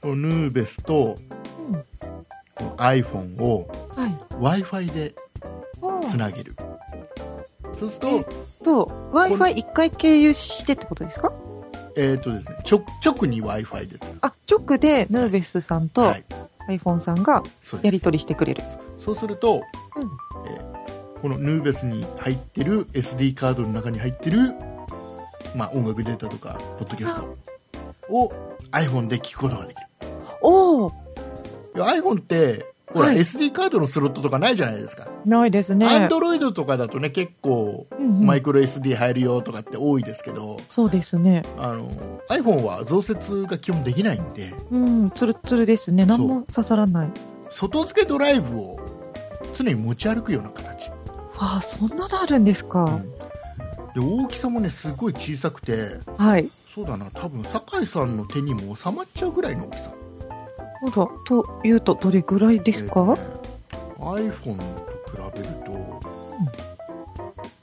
Speaker 2: このヌーベスと
Speaker 3: うん。
Speaker 2: この iPhone を
Speaker 3: はい。
Speaker 2: w i f i で
Speaker 3: お
Speaker 2: つ
Speaker 3: ー
Speaker 2: なげるそうする
Speaker 3: えっ
Speaker 2: と,、
Speaker 3: と、Wi-Fi 一回経由してってことですか
Speaker 2: えーとですね、直直に w i f i でつな
Speaker 3: あ、直でヌーベスさん
Speaker 2: ぐ、
Speaker 3: と
Speaker 2: はい、
Speaker 3: iPhone さんが
Speaker 2: そうで
Speaker 3: やり
Speaker 2: す
Speaker 3: 取りしてくれる。
Speaker 2: そうすると、
Speaker 3: うん
Speaker 2: えーこのヌーベスに入ってる SD カードの中に入ってる、まあ、音楽データとかポッドキャストを iPhone で聞くことができる
Speaker 3: おお
Speaker 2: いや iPhone ってほら、
Speaker 3: はい
Speaker 2: SD カードのスロットとかないじゃないですか
Speaker 3: ないですね。
Speaker 2: Android とかだとね結構
Speaker 3: うんう
Speaker 2: マイ
Speaker 3: ん、
Speaker 2: クロ SD 入るよとかって多いですけど、
Speaker 3: そうですね。
Speaker 2: あの iPhone は増設が基本できないんで
Speaker 3: うん、ツルツルですね。何も刺さらない。
Speaker 2: 外付けドライブを常に持ち歩くような形
Speaker 3: わあ、そんなのあるんですか。
Speaker 2: で大きさもねすごい小さくて
Speaker 3: はい。
Speaker 2: そうだな多分酒井さんの手にも収まっちゃうぐらいの大きさ
Speaker 3: ほら、というと、どれぐらいですか、
Speaker 2: えーとね iPhone と比べると、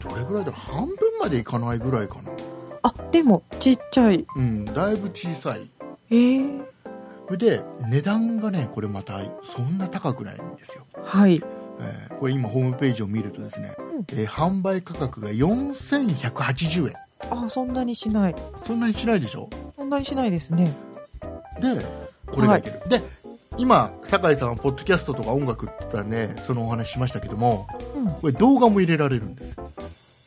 Speaker 2: どれぐらいだろ半分までいかないぐらいかな
Speaker 3: あでもちっちゃい
Speaker 2: うんだいぶ小さい
Speaker 3: えー、
Speaker 2: それで値段がねこれまたそんな高くないんですよ、
Speaker 3: はい
Speaker 2: えーこれ今ホームページを見るとですね、
Speaker 3: うん
Speaker 2: えー販売価格が4180円
Speaker 3: あそんなにしない
Speaker 2: そんなにしないでしょ
Speaker 3: そんなにしないですね
Speaker 2: でこれがいける、で今酒井さんはポッドキャストとか音楽って言ったらねそのお話しましたけども
Speaker 3: うん
Speaker 2: これ動画も入れられるんですよ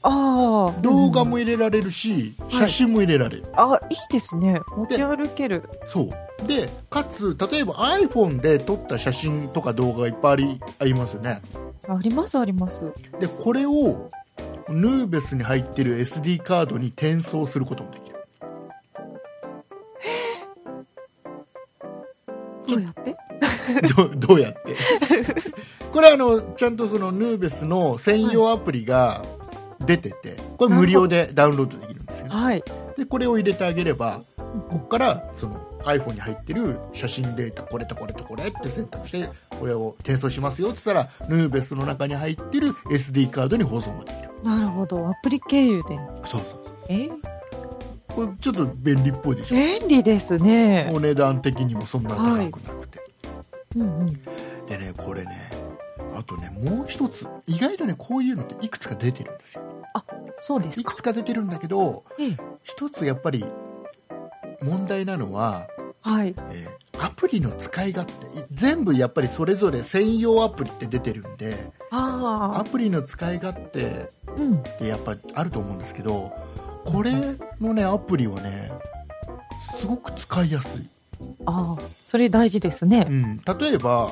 Speaker 3: ああ
Speaker 2: 動画も入れられるし、
Speaker 3: い
Speaker 2: 写真も入れられる、
Speaker 3: あいいですね持ち歩ける
Speaker 2: そうでかつ例えば iPhone で撮った写真とか動画がいっぱいありありますよね
Speaker 3: ありますあります
Speaker 2: でこれをヌーベスに入ってる SD カードに転送することもできる
Speaker 3: どうやって
Speaker 2: どうどうやって これあのちゃんとそのヌーベスの専用アプリが出ててこれ無料でダウンロードできるんですよね
Speaker 3: はい
Speaker 2: でこれを入れてあげればここからその iPhone に入ってる写真データこれとこれとこれって選択してこれを転送しますよって言ったらヌーベスの中に入ってる SD カードに保存ができる
Speaker 3: なるほどアプリ経由で
Speaker 2: そうそうそう
Speaker 3: えー
Speaker 2: これちょっと便利っぽいでしょ
Speaker 3: 便利ですね
Speaker 2: お値段的にもそんな高くなくて、
Speaker 3: うんうん
Speaker 2: でねこれねあとねもう一つ意外とねこういうのっていくつか出てるんですよ
Speaker 3: そうです
Speaker 2: い
Speaker 3: か
Speaker 2: くつか出てるんだけど
Speaker 3: ええ
Speaker 2: 一つやっぱり問題なのは、
Speaker 3: はい
Speaker 2: えーアプリの使い勝手い全部やっぱりそれぞれ専用アプリって出てるんでア
Speaker 3: あ
Speaker 2: プリの使い勝手っ
Speaker 3: あうん
Speaker 2: てやっぱあると思うんですけどこれのねアプリはねすごく使いやすい、
Speaker 3: ああそれ大事ですね
Speaker 2: うん、例えば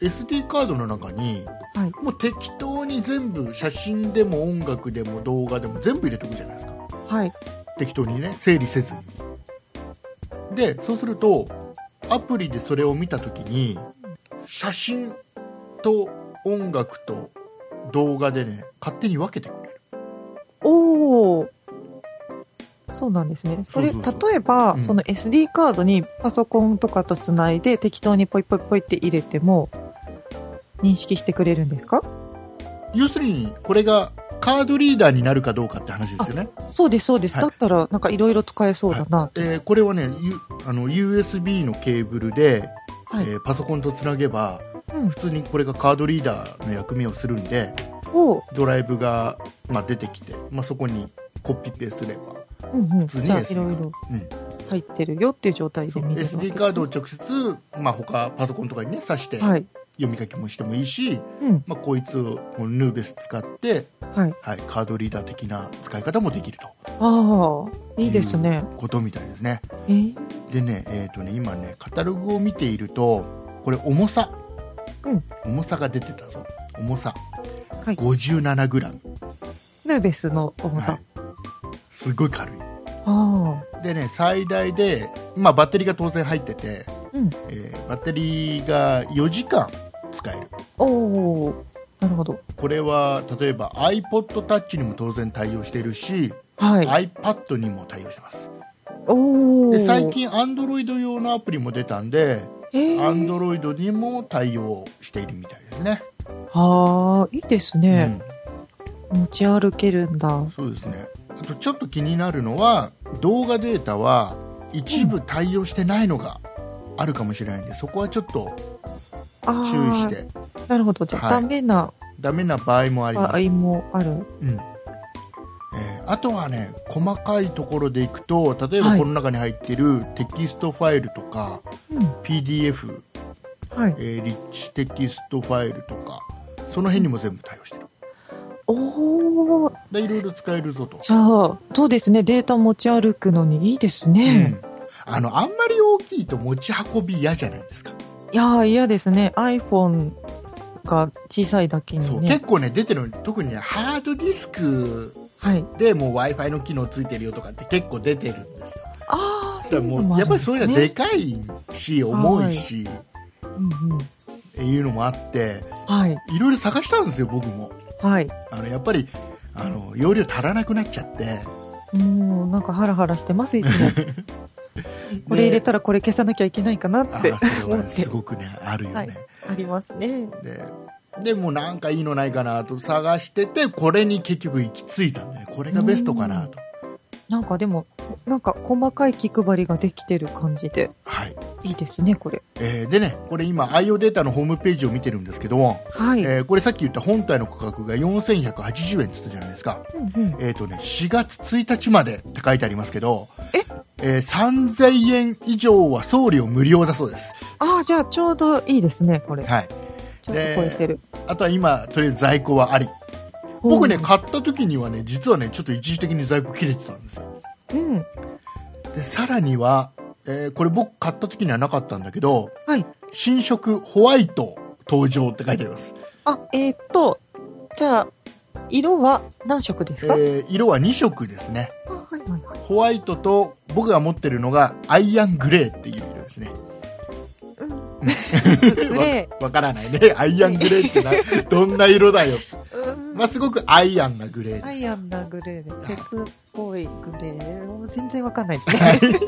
Speaker 2: SD カードの中に、
Speaker 3: はい
Speaker 2: もう適当に全部写真でも音楽でも動画でも全部入れとくじゃないですか
Speaker 3: はい
Speaker 2: 適当にね整理せずにでそうするとアプリでそれを見た時に写真と音楽と動画でね勝手に分けてくれる
Speaker 3: おおそうなんですねそれ
Speaker 2: そうそうそう
Speaker 3: 例えば、
Speaker 2: うん
Speaker 3: その SD カードにパソコンとかとつないで適当にポイポイポイって入れても認識してくれるんですか
Speaker 2: 要するにこれがカードリーダーになるかどうかって話ですよね、
Speaker 3: そうですそうです、
Speaker 2: はい
Speaker 3: だったらなんかいろいろ使えそうだな
Speaker 2: えーこれはね、U、あの USB のケーブルで、
Speaker 3: はい、
Speaker 2: えーパソコンとつなげば
Speaker 3: うん
Speaker 2: 普通にこれがカードリーダーの役目をするんで
Speaker 3: おー
Speaker 2: ドライブが、まあ、出てきて、まあ、そこにコピペすれば
Speaker 3: うんう
Speaker 2: 普
Speaker 3: ん
Speaker 2: 通に
Speaker 3: じゃあ
Speaker 2: SD
Speaker 3: いろいろ
Speaker 2: うん
Speaker 3: 入ってるよっていう状態で見れるわけです、ね、
Speaker 2: SD カードを直接、まあ、他パソコンとかにね挿して
Speaker 3: は
Speaker 2: 読
Speaker 3: い
Speaker 2: み書きもしてもいいし、
Speaker 3: うん
Speaker 2: まあ、こいつをこのヌーベス使って、
Speaker 3: はい
Speaker 2: はい、カードリーダー的な使い方もできると
Speaker 3: ああいいですね、
Speaker 2: ことみたいですね
Speaker 3: えー
Speaker 2: でね,、えーとね今ねカタログを見ているとこれ重さ、
Speaker 3: うん
Speaker 2: 重さが出てたぞ重さ、
Speaker 3: はい
Speaker 2: 57g、
Speaker 3: ヌーベスの重さ、
Speaker 2: はいすごい軽い
Speaker 3: あ
Speaker 2: でね最大で、まあ、バッテリーが当然入ってて、
Speaker 3: うん
Speaker 2: えーバッテリーが4時間使える
Speaker 3: あおおなるほど
Speaker 2: これは例えば iPodTouch にも当然対応しているし、
Speaker 3: はい
Speaker 2: iPad にも対応してます
Speaker 3: おお
Speaker 2: で最近 Android 用のアプリも出たんで
Speaker 3: えー
Speaker 2: Android にも対応しているみたいですね、
Speaker 3: はあいいですね、持ち歩けるんだ
Speaker 2: うん、そうですねあとちょっと気になるのは動画データは一部対応してないのがあるかもしれないんでそこはちょっと
Speaker 3: あ
Speaker 2: 注
Speaker 3: ー
Speaker 2: 意して
Speaker 3: なるほどじゃあ、
Speaker 2: はい
Speaker 3: ダメな
Speaker 2: ダメな場合もあり
Speaker 3: 場
Speaker 2: ま
Speaker 3: 合
Speaker 2: す、
Speaker 3: もある
Speaker 2: うんえーあとはね細かいところでいくと例えば
Speaker 3: はい
Speaker 2: この中に入ってるテキストファイルとか、
Speaker 3: うん
Speaker 2: PDF、
Speaker 3: はい
Speaker 2: えーリッチテキストファイルとかその辺にも全部対応してる
Speaker 3: おお
Speaker 2: でいろいろ使えるぞと、
Speaker 3: じゃあそうですねデータ持ち歩くのにいいですね、
Speaker 2: うんあのあんまり大きいと持ち運び嫌じゃないですか、
Speaker 3: いやー嫌ですね iPhone が小さいだけ
Speaker 2: そ
Speaker 3: に
Speaker 2: う
Speaker 3: ね
Speaker 2: 結構ね出てるの特にねハードディスク
Speaker 3: はい
Speaker 2: でもう w i f i の機能ついてるよとかって結構出てるんですよ
Speaker 3: ああ
Speaker 2: そ
Speaker 3: そう
Speaker 2: れ
Speaker 3: いうの
Speaker 2: も
Speaker 3: も
Speaker 2: う
Speaker 3: あ
Speaker 2: やっ
Speaker 3: るん
Speaker 2: ぱ
Speaker 3: で
Speaker 2: りそ
Speaker 3: す
Speaker 2: ういうのはで
Speaker 3: ね
Speaker 2: かいし重いし、
Speaker 3: うんうん
Speaker 2: っていうのもあって
Speaker 3: はい
Speaker 2: いろいろ探したんですよ僕も
Speaker 3: はい
Speaker 2: あのやっぱりあの容量足らなくなっちゃって
Speaker 3: もうなんかハラハラしてますいつ もこれ入れたらこれ消さなきゃいけないかなって
Speaker 2: あーそれは
Speaker 3: 思
Speaker 2: ね
Speaker 3: って
Speaker 2: すごくねあるよね、
Speaker 3: はいありますね
Speaker 2: ででもうなんかいいのないかなと探しててこれに結局行き着いたんでねこれがベストかなと、
Speaker 3: なんかでも、なんか細かい気配りができてる感じで、
Speaker 2: はい
Speaker 3: いいですね、これ。
Speaker 2: えーでねこれ今 IO データのホームページを見てるんですけども、
Speaker 3: はい。
Speaker 2: えーこれさっき言った本体の価格が4180円って言ったじゃないですか
Speaker 3: うんうん。
Speaker 2: えっ、とね4月1日までって書いてありますけど
Speaker 3: え
Speaker 2: えー3000円以上は送料無料だそうです、
Speaker 3: ああ、じゃあちょうどいいですね、これ。
Speaker 2: はい、
Speaker 3: ちょっと超えてる。
Speaker 2: あとは今とりあえず在庫はあり僕ね買った時にはね実はねちょっと一時的に在庫切れてたんですよ
Speaker 3: うん。うん。
Speaker 2: でさらには、えーこれ僕買った時にはなかったんだけど
Speaker 3: はい。
Speaker 2: 新色ホワイト登場って書いてあります、
Speaker 3: あ、えー、っと、じゃあ、色は何色で
Speaker 2: え
Speaker 3: すか、
Speaker 2: ー色は2色ですね
Speaker 3: あはいはいはい。
Speaker 2: ホワイトと僕が持ってるのがアイアングレーっていう色ですね
Speaker 3: うん。グレ
Speaker 2: わからないねアイアングレーってな どんな色だよ、
Speaker 3: ー。
Speaker 2: まあ、すごくアイアンなグレー
Speaker 3: ア
Speaker 2: です
Speaker 3: イアンなグレーです。
Speaker 2: い
Speaker 3: 鉄っぽいグレー。もう全然わかんないですね。なんだ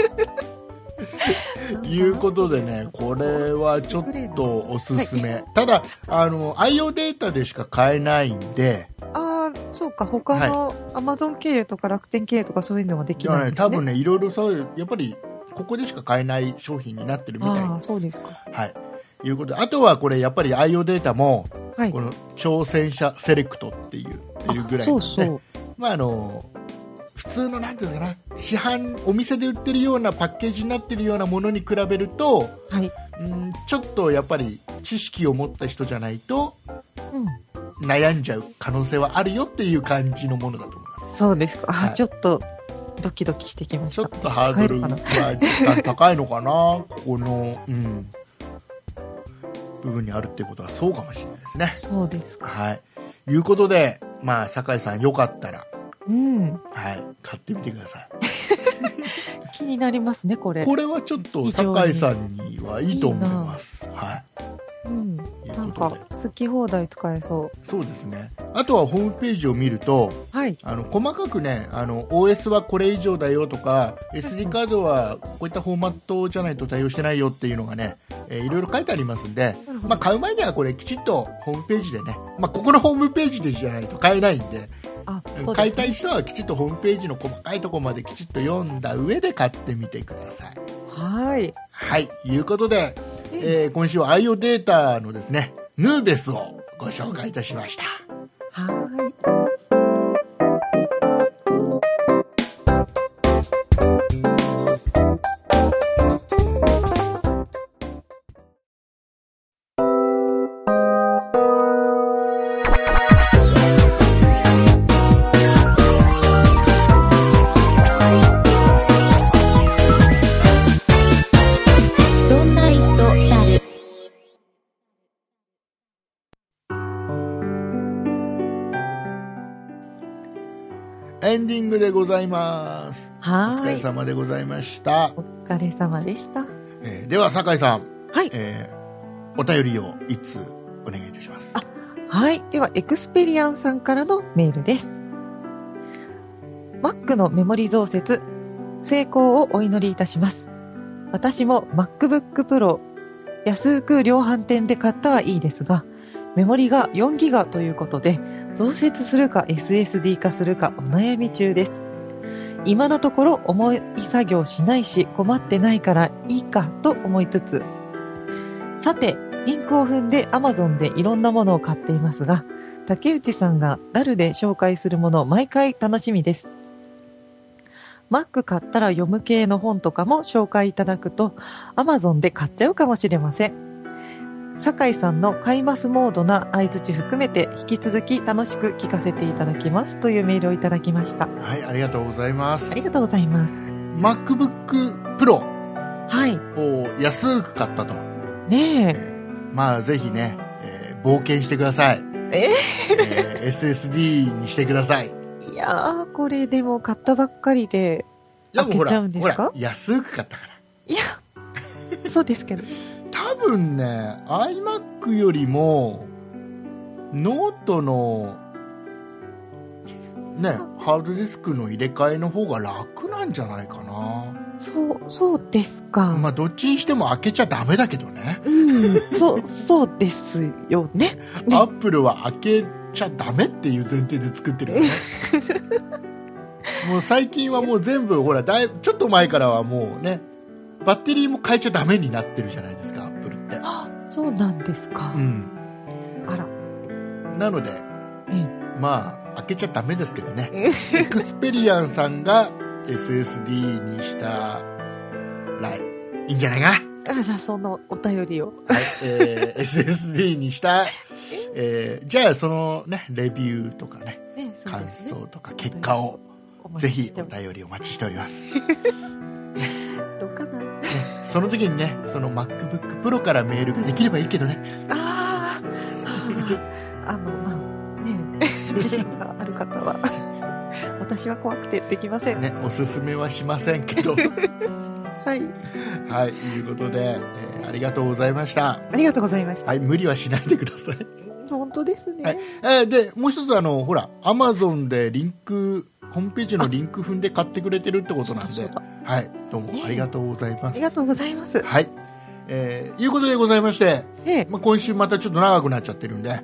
Speaker 2: いうことでね、これはちょっとおすすめ。ただ、あの、IO データでしか買えないんで、
Speaker 3: ああ、そうか。他の Amazon 経由とか楽天経由とかそういうのはでき
Speaker 2: だから
Speaker 3: な
Speaker 2: ね
Speaker 3: いんですね。
Speaker 2: 多分ね、いろいろそう、やっぱり、ここでしか買えない商品になってるみたい
Speaker 3: あ
Speaker 2: で
Speaker 3: あー、
Speaker 2: す。
Speaker 3: そうですか。
Speaker 2: はい。いうことで、あとはこれ、やっぱり IO データも、
Speaker 3: はい
Speaker 2: こ。の、挑戦者セレクトっていう、いるぐらいな
Speaker 3: そ
Speaker 2: ん
Speaker 3: う
Speaker 2: で、
Speaker 3: そう。
Speaker 2: まあ、あの、普通の、なんていうんですかな、市販、お店で売ってるようなパッケージになってるようなものに比べると、
Speaker 3: はい。
Speaker 2: うんちょっとやっぱり知識を持った人じゃないと
Speaker 3: うん。
Speaker 2: 悩んじゃう可能性はあるよっていう感じのものだと思います
Speaker 3: そうですか。あー、
Speaker 2: はい
Speaker 3: ちょっと、ドキドキしてきまし
Speaker 2: ちょ
Speaker 3: た。
Speaker 2: っとハードル
Speaker 3: 使え
Speaker 2: が
Speaker 3: るか
Speaker 2: 高いのかなここの、うん、部分にあるっていうことはそうかもしれないですね
Speaker 3: な。そうですか。
Speaker 2: はいいうことでまあ酒井さんよかったら、
Speaker 3: うん。
Speaker 2: はい、買ってみてくださ
Speaker 3: 気になりますね、こ
Speaker 2: い
Speaker 3: れ。
Speaker 2: これはちょっと酒井さんにはいいと思いますは
Speaker 3: うん。
Speaker 2: いいう
Speaker 3: なん
Speaker 2: こ
Speaker 3: か
Speaker 2: とで、
Speaker 3: 好き放題使えそ
Speaker 2: そうですねあとはホームページを見ると
Speaker 3: う。はい。
Speaker 2: あの細かくねあの OS はこれ以上だよとか SD カードはこういったフォーマットじゃないと対応してないよっていうのがね、えーいろいろ書いてありますんで、
Speaker 3: なるほど
Speaker 2: まあ、買う前にはこれきちっとホームページでね、まあ、ここのホームページでじゃないと買えないんで
Speaker 3: あ、そう
Speaker 2: 買
Speaker 3: で
Speaker 2: い
Speaker 3: す
Speaker 2: た
Speaker 3: ね。
Speaker 2: い人はきちっとホームページの細かいところまできちっと読んだ上で買ってみてください。
Speaker 3: はい。
Speaker 2: はいいうことで、
Speaker 3: え
Speaker 2: えー今週は IO データのですねヌーベスをご紹介いたしました。
Speaker 3: はい。
Speaker 1: そんな糸だる。
Speaker 2: エンディングでございます。お疲
Speaker 3: は
Speaker 2: れ
Speaker 3: い。
Speaker 2: 様でございました、
Speaker 3: お疲れ様でした。は
Speaker 2: えーでは酒井さん、
Speaker 3: い。
Speaker 2: えーお便りをいつお願いいたします
Speaker 3: あはい。では、エクスペリアンさんからのメールです。Mac のメモリ増設、成功をお祈りいたします。私も MacBook Pro、安く量販店で買ったはいいですが、メモリが4ギガということで、増設するか SSD 化するかお悩み中です。今のところ重い作業しないし困ってないからいいかと思いつつ、さて、リンクを踏んで Amazon でいろんなものを買っていますが、竹内さんがダルで紹介するもの毎回楽しみです。Mac 買ったら読む系の本とかも紹介いただくと Amazon で買っちゃうかもしれません。酒井さんの買いますモードな相槌含めて引き続き楽しく聞かせていただきますというメールをいただきました。
Speaker 2: はいありがとうございます
Speaker 3: ありがとうございます。
Speaker 2: MacBook Pro
Speaker 3: はい。
Speaker 2: を安く買ったと、え
Speaker 3: ね
Speaker 2: ーまあぜひね、えー冒険してください
Speaker 3: え
Speaker 2: えー SSD にしてくださいい
Speaker 3: え。いやー、これでも買ったばっかりで、
Speaker 2: やもうほ
Speaker 3: 開けちゃ
Speaker 2: ら
Speaker 3: うんです
Speaker 2: ほ
Speaker 3: から
Speaker 2: 安く買ったから
Speaker 3: いや、そうですけど。
Speaker 2: 多分ね iMac よりもノートのねハードディスクの入れ替えの方が楽なんじゃないかな
Speaker 3: そう、そうですか。
Speaker 2: まあ、どっちにしても開けちゃダメだけどね。
Speaker 1: うん。
Speaker 3: そう、そうですよね。ね
Speaker 2: アップルは開けちゃダメっていう前提で作ってるよね。 もう最近はもう全部、ほら、だいぶ、ちょっと前からはもうね、バッテリーも変えちゃダメになってるじゃないですか、アップルって。
Speaker 3: そうなんですか。
Speaker 2: うん。
Speaker 3: あら、
Speaker 2: なので、
Speaker 3: ええ、
Speaker 2: まあ、開けちゃダメですけど ね。エクスペリアンさんが SSD にしたらいいんじゃないかはい、
Speaker 3: あじゃあそのお便りを。
Speaker 2: えー SSD にした、えーじゃあそのね、レビューとかね、
Speaker 3: ね、そうで
Speaker 2: 感
Speaker 3: すね。
Speaker 2: 想とか結果を、
Speaker 3: お待
Speaker 2: ぜ
Speaker 3: ち
Speaker 2: ひ
Speaker 3: して
Speaker 2: お
Speaker 3: おり
Speaker 2: 便りお待ちしております。
Speaker 3: どうかな。
Speaker 2: その時にね、その MacBook Pro からメールができればいいけどね。
Speaker 3: ああ、あの、まあ、ね、自信がある方は、私は怖くてできません。
Speaker 2: ね、おすすめはしませんけ ど。
Speaker 3: はい。
Speaker 2: はい、いうことで、えーありがとうございました。
Speaker 3: ありがとうございました。
Speaker 2: はい、無理はしないでください。
Speaker 3: 本当ですね。
Speaker 2: はいえーで、もう一つあの、ほら、Amazon でリンク、ホームページのリンク踏んで買ってくれてるってことなん
Speaker 3: そう
Speaker 2: で
Speaker 3: だそう、
Speaker 2: はい、どうもありがとうございます。
Speaker 3: ありがとうございます。
Speaker 2: はい。えーいうことでございまして、
Speaker 3: ね、
Speaker 2: まあ、今週またちょっと長くなっちゃってるん で、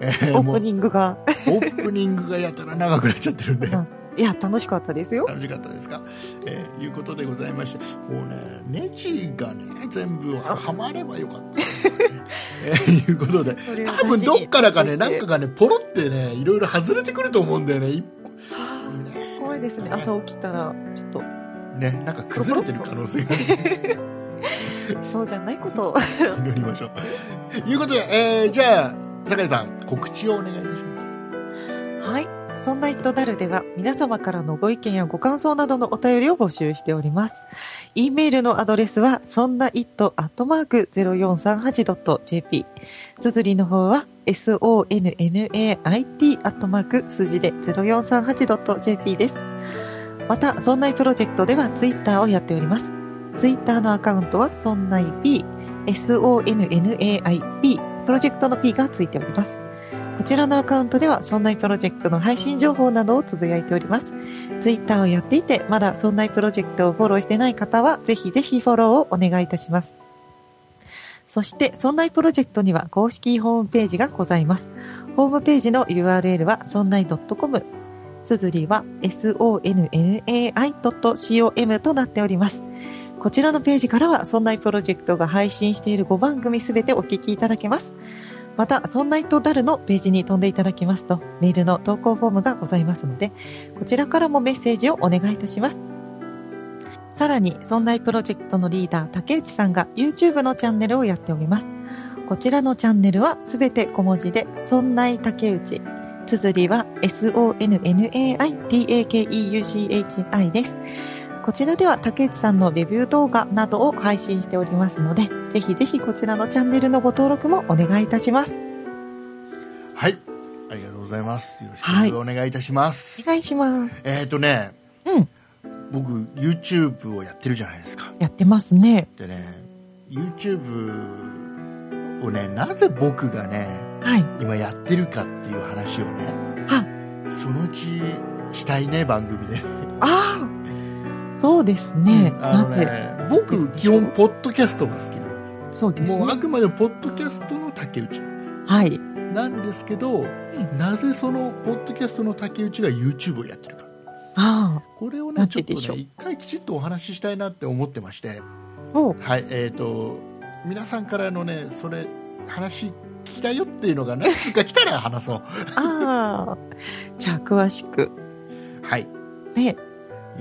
Speaker 2: えー
Speaker 3: オ
Speaker 2: も
Speaker 3: ー
Speaker 2: う
Speaker 3: プニングが、
Speaker 2: オープニングがやたら長くなっちゃってるんで。
Speaker 3: いや、楽しかったですよ。
Speaker 2: 楽しかったですか、えーいうことでございましてもうねネジがね全部はまればよかった、 えーいうことで
Speaker 3: それを
Speaker 2: 多分どっからかねな
Speaker 3: 大
Speaker 2: ん
Speaker 3: 事に
Speaker 2: かがねポロってねいろいろ外れてくると思うんだよねい
Speaker 3: はあ怖いですね。朝起きたら、ちょっと、
Speaker 2: ねなんか崩れてる可能性があ
Speaker 3: そうじゃないことを。
Speaker 2: る祈りましょういうことで、えーじゃあ酒井さん告知をお願いいたします
Speaker 3: はい。そんなイットダルでは皆様からのご意見やご感想などのお便りを募集しております。e メールのアドレスは、そんな it.0438.jp。綴りの方は、sonnait. 数字で 0438.jp です。また、そんないプロジェクトではツイッターをやっております。ツイッターのアカウントは、そんない p、sonnaip、プロジェクトの p がついております。こちらのアカウントでは、そんないプロジェクトの配信情報などをつぶやいております。ツイッターをやっていて、まだそんないプロジェクトをフォローしてない方は、ぜひぜひフォローをお願いいたします。そして、そんないプロジェクトには公式ホームページがございます。ホームページの URL は、そんない .com。綴りは、sonnai.com となっております。こちらのページからは、そんないプロジェクトが配信している5番組すべてお聞きいただけます。また、そんな糸ダルのページに飛んでいただきますと、メールの投稿フォームがございますので、こちらからもメッセージをお願いいたします。さらに、そんなプロジェクトのリーダー、竹内さんが YouTube のチャンネルをやっております。こちらのチャンネルはすべて小文字で、そんない竹内。綴りは sonnaitakeuchi です。こちらでは竹内さんのレビュー動画などを配信しておりますので、ぜひぜひこちらのチャンネルのご登録もお願いいたします。
Speaker 2: はいありがとうございますよろし
Speaker 3: はい
Speaker 2: くお願いいたします、
Speaker 3: お願いします。
Speaker 2: えっ、ー、とね
Speaker 3: うん。
Speaker 2: 僕 YouTube をやってるじゃないですか
Speaker 3: やってますね。
Speaker 2: でね YouTube をねなぜ僕がね
Speaker 3: はい。
Speaker 2: 今やってるかっていう話をね
Speaker 3: は、
Speaker 2: そのうちしたいね番組で、
Speaker 3: ああ。そうですね。
Speaker 2: あ
Speaker 3: な
Speaker 2: の
Speaker 3: ぜ。
Speaker 2: ね僕基本ポッドキャストが好きなん
Speaker 3: そうで
Speaker 2: ですすもうあ
Speaker 3: ね。
Speaker 2: くまでもポッドキャストの竹内なんです
Speaker 3: はい。
Speaker 2: なんですけどなぜそのポッドキャストの竹内が YouTube をやってるか
Speaker 3: あ
Speaker 2: これを
Speaker 3: な
Speaker 2: ね
Speaker 3: ん
Speaker 2: ちょ
Speaker 3: て
Speaker 2: っと
Speaker 3: でしょう
Speaker 2: ね一回きちっとお話ししたいなって思ってまして
Speaker 3: あ。おう。
Speaker 2: はい、えっ、と、皆さんからのね、それ、話聞きたいよっていうのが何つか来たら話そう。
Speaker 3: ああ。 じゃあ、詳しく。
Speaker 2: はい、
Speaker 3: ね。
Speaker 2: いう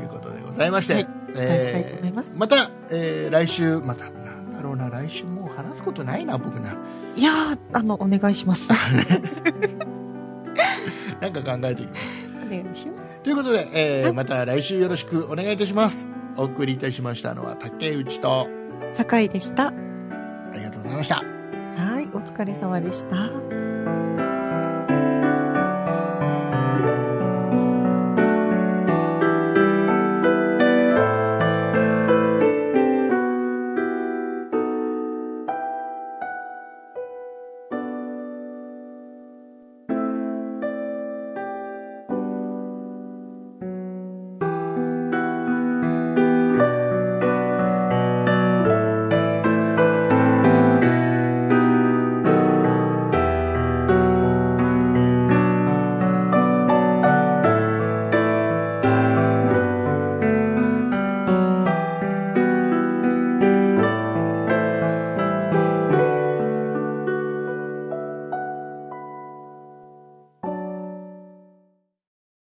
Speaker 2: ことでございまして。
Speaker 3: はい期待したいと思います
Speaker 2: えーまた、えー来週、また、なんだろうな、来週もう話すことないな、僕な。
Speaker 3: いやー、あの、お願いします。
Speaker 2: なんか考えていきます。
Speaker 3: お願いします。
Speaker 2: ということで、えー
Speaker 3: はい
Speaker 2: また来週よろしくお願いいたします。お送りいたしましたのは竹内と、
Speaker 3: 酒井でした。
Speaker 2: ありがとうございました。
Speaker 3: はい。お疲れ様でした。